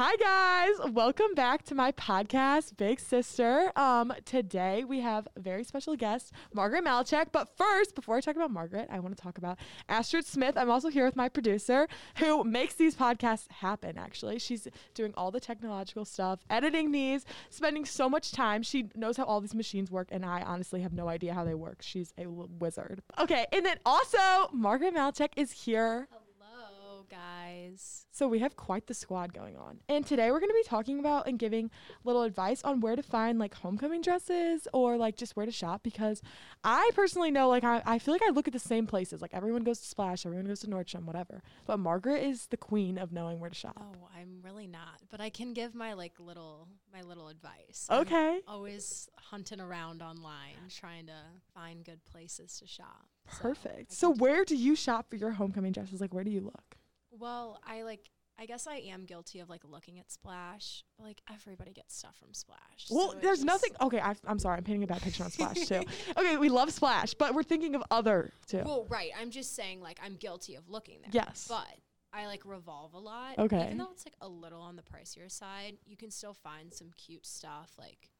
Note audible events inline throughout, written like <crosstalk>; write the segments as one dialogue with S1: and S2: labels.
S1: Hi guys, welcome back to my podcast, Big Sister. Um, today we have a very special guest, Margaret Malchek. But first, before I talk about Margaret, I want to talk about Astrid Smith. I'm also here with my producer, who makes these podcasts happen. Actually, she's doing all the technological stuff, editing these, spending so much time. She knows how all these machines work, and I honestly have no idea how they work. She's a w- wizard. Okay, and then also Margaret Malchek is here.
S2: Hello, guys.
S1: So we have quite the squad going on. And today we're going to be talking about and giving little advice on where to find like homecoming dresses or like just where to shop because I personally know like I, I feel like I look at the same places. Like everyone goes to Splash, everyone goes to Nordstrom, whatever. But Margaret is the queen of knowing where to shop.
S2: Oh, I'm really not, but I can give my like little my little advice. I'm
S1: Okay.
S2: always hunting around online, trying to find good places to shop. So,
S1: Perfect.
S2: I
S1: So
S2: can-
S1: where do you shop for your homecoming dresses? Like where do you look?
S2: well, I like. I guess I am guilty of like looking at Splash, but like everybody gets stuff from Splash.
S1: Well,
S2: so it
S1: there's
S2: just-
S1: nothing. Okay, I, I'm sorry. I'm painting a bad picture on Splash
S2: <laughs>
S1: too. Okay, we love Splash, but we're thinking of other too.
S2: Well, right. I'm just saying like I'm guilty of looking there.
S1: yes.
S2: But I like revolve a lot.
S1: Okay.
S2: Even though it's like a little on the pricier side, you can still find some cute stuff like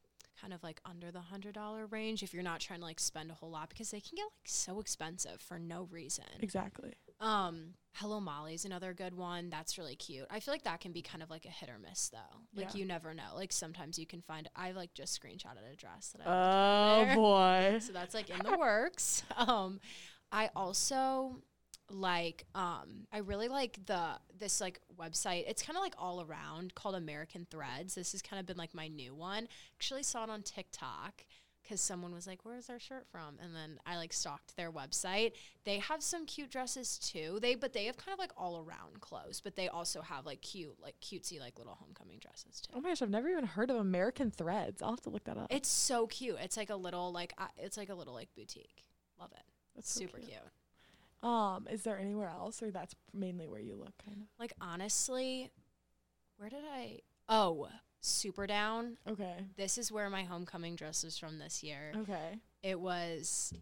S2: kind of like under the hundred dollar range if you're not trying to like spend a whole lot because they can get like so expensive for no reason.
S1: exactly.
S2: Um, Hello Molly's another good one. That's really cute. I feel like that can be kind of like a hit or miss though. Like
S1: Yeah.
S2: you never know. Like sometimes you can find I like just screenshotted a dress that I
S1: Oh
S2: there.
S1: boy.
S2: so that's like in the works. Um, I also like um I really like the this like website. It's kind of like all around called American Threads. This has kind of been like my new one. Actually saw it on TikTok cuz someone was like, "Where's our shirt from?" and then I like stalked their website. They have some cute dresses too. They but they have kind of like all around clothes, but they also have like cute like cutesy like little homecoming dresses too.
S1: Oh my gosh, I've never even heard of American Threads. I'll have to look that up.
S2: It's so cute. It's like a little like uh, it's like a little like boutique. Love it.
S1: That's so
S2: super cute.
S1: Um, is there anywhere else, or that's mainly where you look, kind
S2: Like honestly, where did I? Oh, super down.
S1: of? Okay.
S2: This is where my homecoming dress was from this year.
S1: Okay.
S2: It was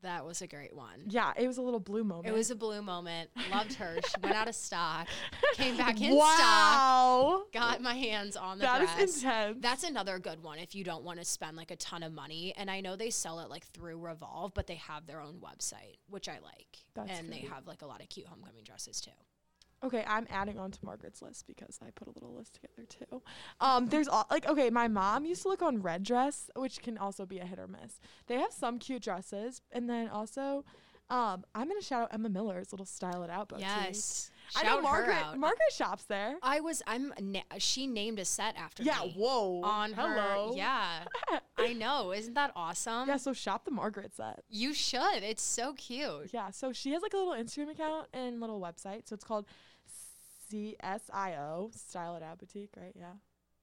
S2: that was a great one.
S1: Yeah, it was a little blue moment. <laughs>
S2: It was a blue moment. Loved her. she went out of stock. Came back in stock.
S1: wow.
S2: Got my hands on the
S1: That is
S2: dress.
S1: intense.
S2: That's another good one if you don't want to spend like a ton of money. And I know they sell it like through Revolve, but they have their own website, which I like.
S1: That's
S2: and they
S1: great.
S2: have like a lot of cute homecoming dresses too.
S1: Okay, I'm adding on to Margaret's list because I put a little list together too. Um, there's all, like okay, my mom used to look on Red Dress, which can also be a hit or miss. They have some cute dresses, and then also, um, I'm gonna shout out Emma Miller's little style it out boutique.
S2: Yes.
S1: I
S2: Shout
S1: know
S2: her
S1: Margaret.
S2: out.
S1: Margaret shops there.
S2: I was I'm na- she named a set after
S1: Yeah.
S2: me.
S1: Whoa.
S2: on
S1: Hello.
S2: her. Yeah. I know. Isn't that awesome?
S1: Yeah. So shop the Margaret set.
S2: You should. It's so cute.
S1: Yeah. So she has like a little Instagram account and little website. So it's called CSIO Style at Out Boutique, right? Yeah.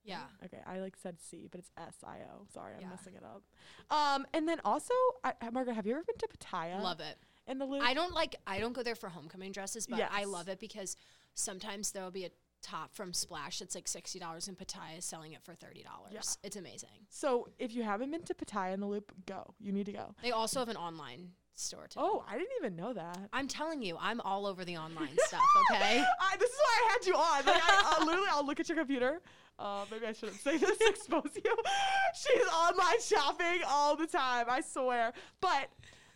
S2: Yeah.
S1: Okay. I like said C, but it's S I O. Sorry, I'm
S2: Yeah.
S1: messing it up. Um, and then also, I, uh, Margaret, have you ever been to Pattaya?
S2: Love it.
S1: In the Loop.
S2: I don't like I don't go there for homecoming dresses, but I
S1: Yes.
S2: love it because sometimes there'll be a top from Splash that's like sixty dollars and Pattaya is selling it for thirty dollars.
S1: Yeah.
S2: It's amazing.
S1: so if you haven't been to Pattaya in the Loop, go. You need to go.
S2: They also have an online store too.
S1: Oh, I didn't even know that.
S2: I'm telling you, I'm all over the online stuff,
S1: <laughs>
S2: okay?
S1: I, this is why I had you on. Like, I, uh, literally, I'll look at your computer. Uh, maybe I shouldn't say this, <laughs> expose you. She's online shopping all the time. I swear. But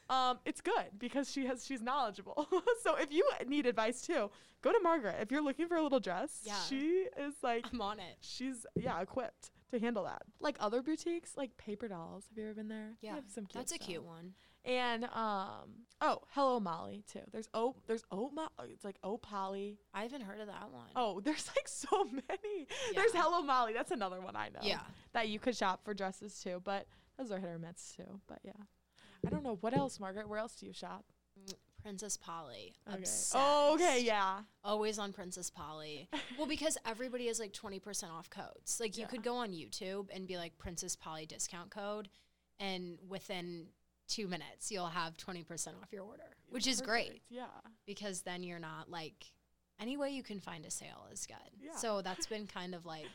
S1: um, it's good because she has she's knowledgeable. <laughs> so if you need advice too, go to Margaret. If you're looking for a little dress,
S2: Yeah.
S1: she is like
S2: I'm on it.
S1: she's yeah equipped to handle that. Um, Like other boutiques, like Paper Dolls. Have you ever been there? They
S2: Yeah.
S1: have some cute
S2: That's a
S1: stuff.
S2: cute one.
S1: And um, oh, Hello Molly too. There's oh, there's oh, Mo- it's like oh Polly.
S2: I haven't heard of that one.
S1: Oh, there's like so <laughs> many. There's
S2: Yeah.
S1: Hello Molly. That's another one I know.
S2: Yeah.
S1: That you could shop for dresses too, but those are hit or miss too. But yeah. I don't know. What else, Margaret? Where else do you shop?
S2: Princess Polly.
S1: Okay. Oh, okay.
S2: Obsessed.
S1: Yeah.
S2: Always on
S1: <laughs>
S2: Princess Polly. Well, because everybody has like 20% off codes. Like you
S1: Yeah.
S2: could go on YouTube and be like Princess Polly discount code, and within two minutes, you'll have 20% off your order, which is great
S1: Perfect, Yeah.
S2: because then you're not like any way you can find a sale is good.
S1: Yeah.
S2: So that's been kind of like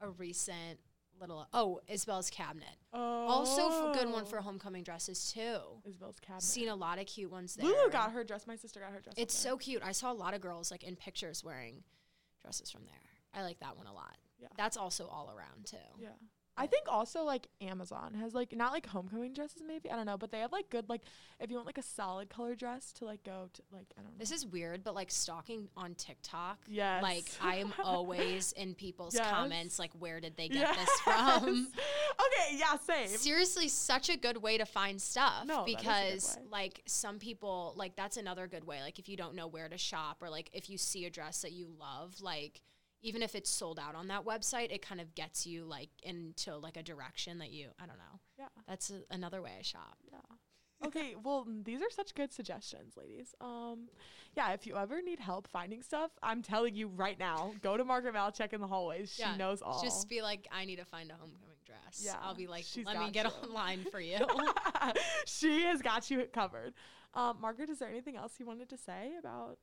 S2: a recent little. Oh, Isabel's Cabinet.
S1: Oh.
S2: Also, f- good one for homecoming dresses too.
S1: Isabel's cabinet.
S2: Seen a lot of cute ones there.
S1: Lulu got her dress. My sister got her dress. up
S2: It's
S1: there.
S2: so cute. I saw a lot of girls like in pictures wearing dresses from there. I like that one a lot.
S1: Yeah.
S2: That's also all around too.
S1: Yeah. I think also like Amazon has like not like homecoming dresses maybe I don't know but they have like good like if you want like a solid color dress to like go to like I don't know
S2: This is weird, but like stalking on TikTok.
S1: Yes.
S2: Like
S1: <laughs>
S2: I am always in people's
S1: Yes.
S2: comments like where did they get
S1: <laughs>
S2: this from?
S1: okay yeah same
S2: Seriously, such a good way to find stuff
S1: No, that is a good
S2: because
S1: way.
S2: like some people like that's another good way. Like if you don't know where to shop or like if you see a dress that you love, like even if it's sold out on that website, it kind of gets you like into like a direction that you I don't know.
S1: yeah
S2: That's a, another way I shop.
S1: yeah okay well mm, these are such good suggestions ladies um yeah if you ever need help finding stuff I'm telling you right now go to Margaret Malchek in the hallways
S2: Yeah,
S1: she knows all
S2: Just be like, I need to find a homecoming dress.
S1: Yeah,
S2: I'll be like,
S1: she's
S2: let me
S1: got
S2: get
S1: you."
S2: online
S1: <laughs>
S2: for you.
S1: she has got you covered. Um, Margaret, is there anything else you wanted to say about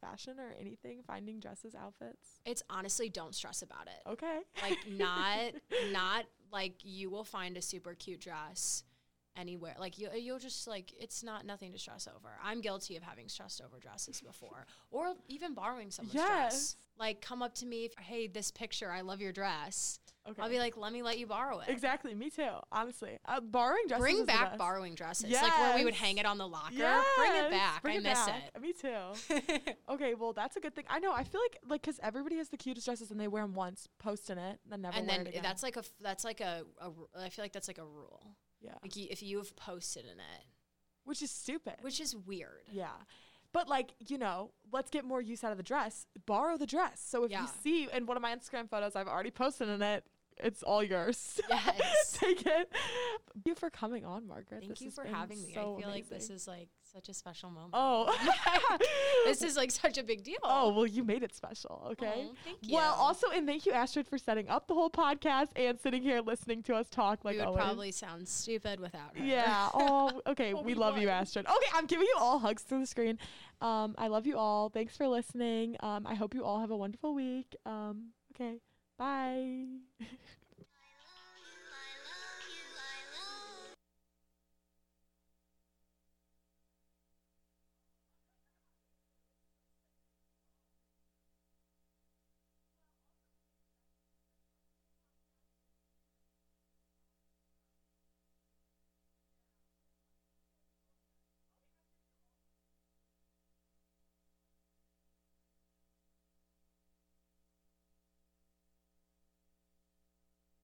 S1: fashion or anything? Finding dresses, outfits.
S2: it's honestly don't stress about it.
S1: Okay. <laughs>
S2: Like not not like you will find a super cute dress anywhere. Like you you'll just like it's not nothing to stress over. I'm guilty of having stressed over dresses before or even borrowing someone's
S1: Yes.
S2: dress. Like come up to me, if, hey, this picture, I love your dress.
S1: Okay.
S2: I'll be like, let me let you borrow it.
S1: exactly. Me too. Honestly, uh, borrowing dresses.
S2: Bring
S1: is the
S2: back
S1: best.
S2: borrowing dresses, like where we would
S1: Yes.
S2: hang it on the locker.
S1: Yes,
S2: Bring it back.
S1: bring
S2: I
S1: it
S2: miss
S1: back. <laughs>
S2: it.
S1: Me too. Okay, well that's a good thing. I know. I feel like like because everybody has the cutest dresses and they wear them once, post in it, then never
S2: and
S1: wear
S2: then
S1: it again.
S2: that's like a f- that's like a, a ru- I feel like that's like a rule.
S1: yeah,
S2: Like you, if you have posted in it,
S1: which is stupid.
S2: which is weird.
S1: Yeah. But like, you know, let's get more use out of the dress. Borrow the dress. So if
S2: Yeah.
S1: you see in one of my Instagram photos I've already posted in it, it's all yours. <laughs>
S2: Yes.
S1: Take it. Thank you for coming on, Margaret.
S2: Thank
S1: This
S2: you
S1: has
S2: for
S1: been
S2: having me. I
S1: so
S2: feel like this
S1: amazing.
S2: is like such a special moment.
S1: Oh.
S2: <laughs> This is like such a big deal.
S1: <laughs> Oh, well, you made it special, okay?
S2: Aw, thank
S1: Well,
S2: you.
S1: also, and thank you, Astrid, for setting up the whole podcast and sitting here listening to us talk like
S2: we would
S1: always.
S2: Oh probably sound stupid without
S1: <laughs>
S2: her. <laughs>
S1: Yeah. Oh, okay.
S2: Well,
S1: we
S2: we
S1: love you,
S2: won.
S1: Astrid. Okay, I'm giving you all hugs through the screen. Um, I love you all. Thanks for listening. Um, I hope you all have a wonderful week. Um, okay. Bye. <laughs>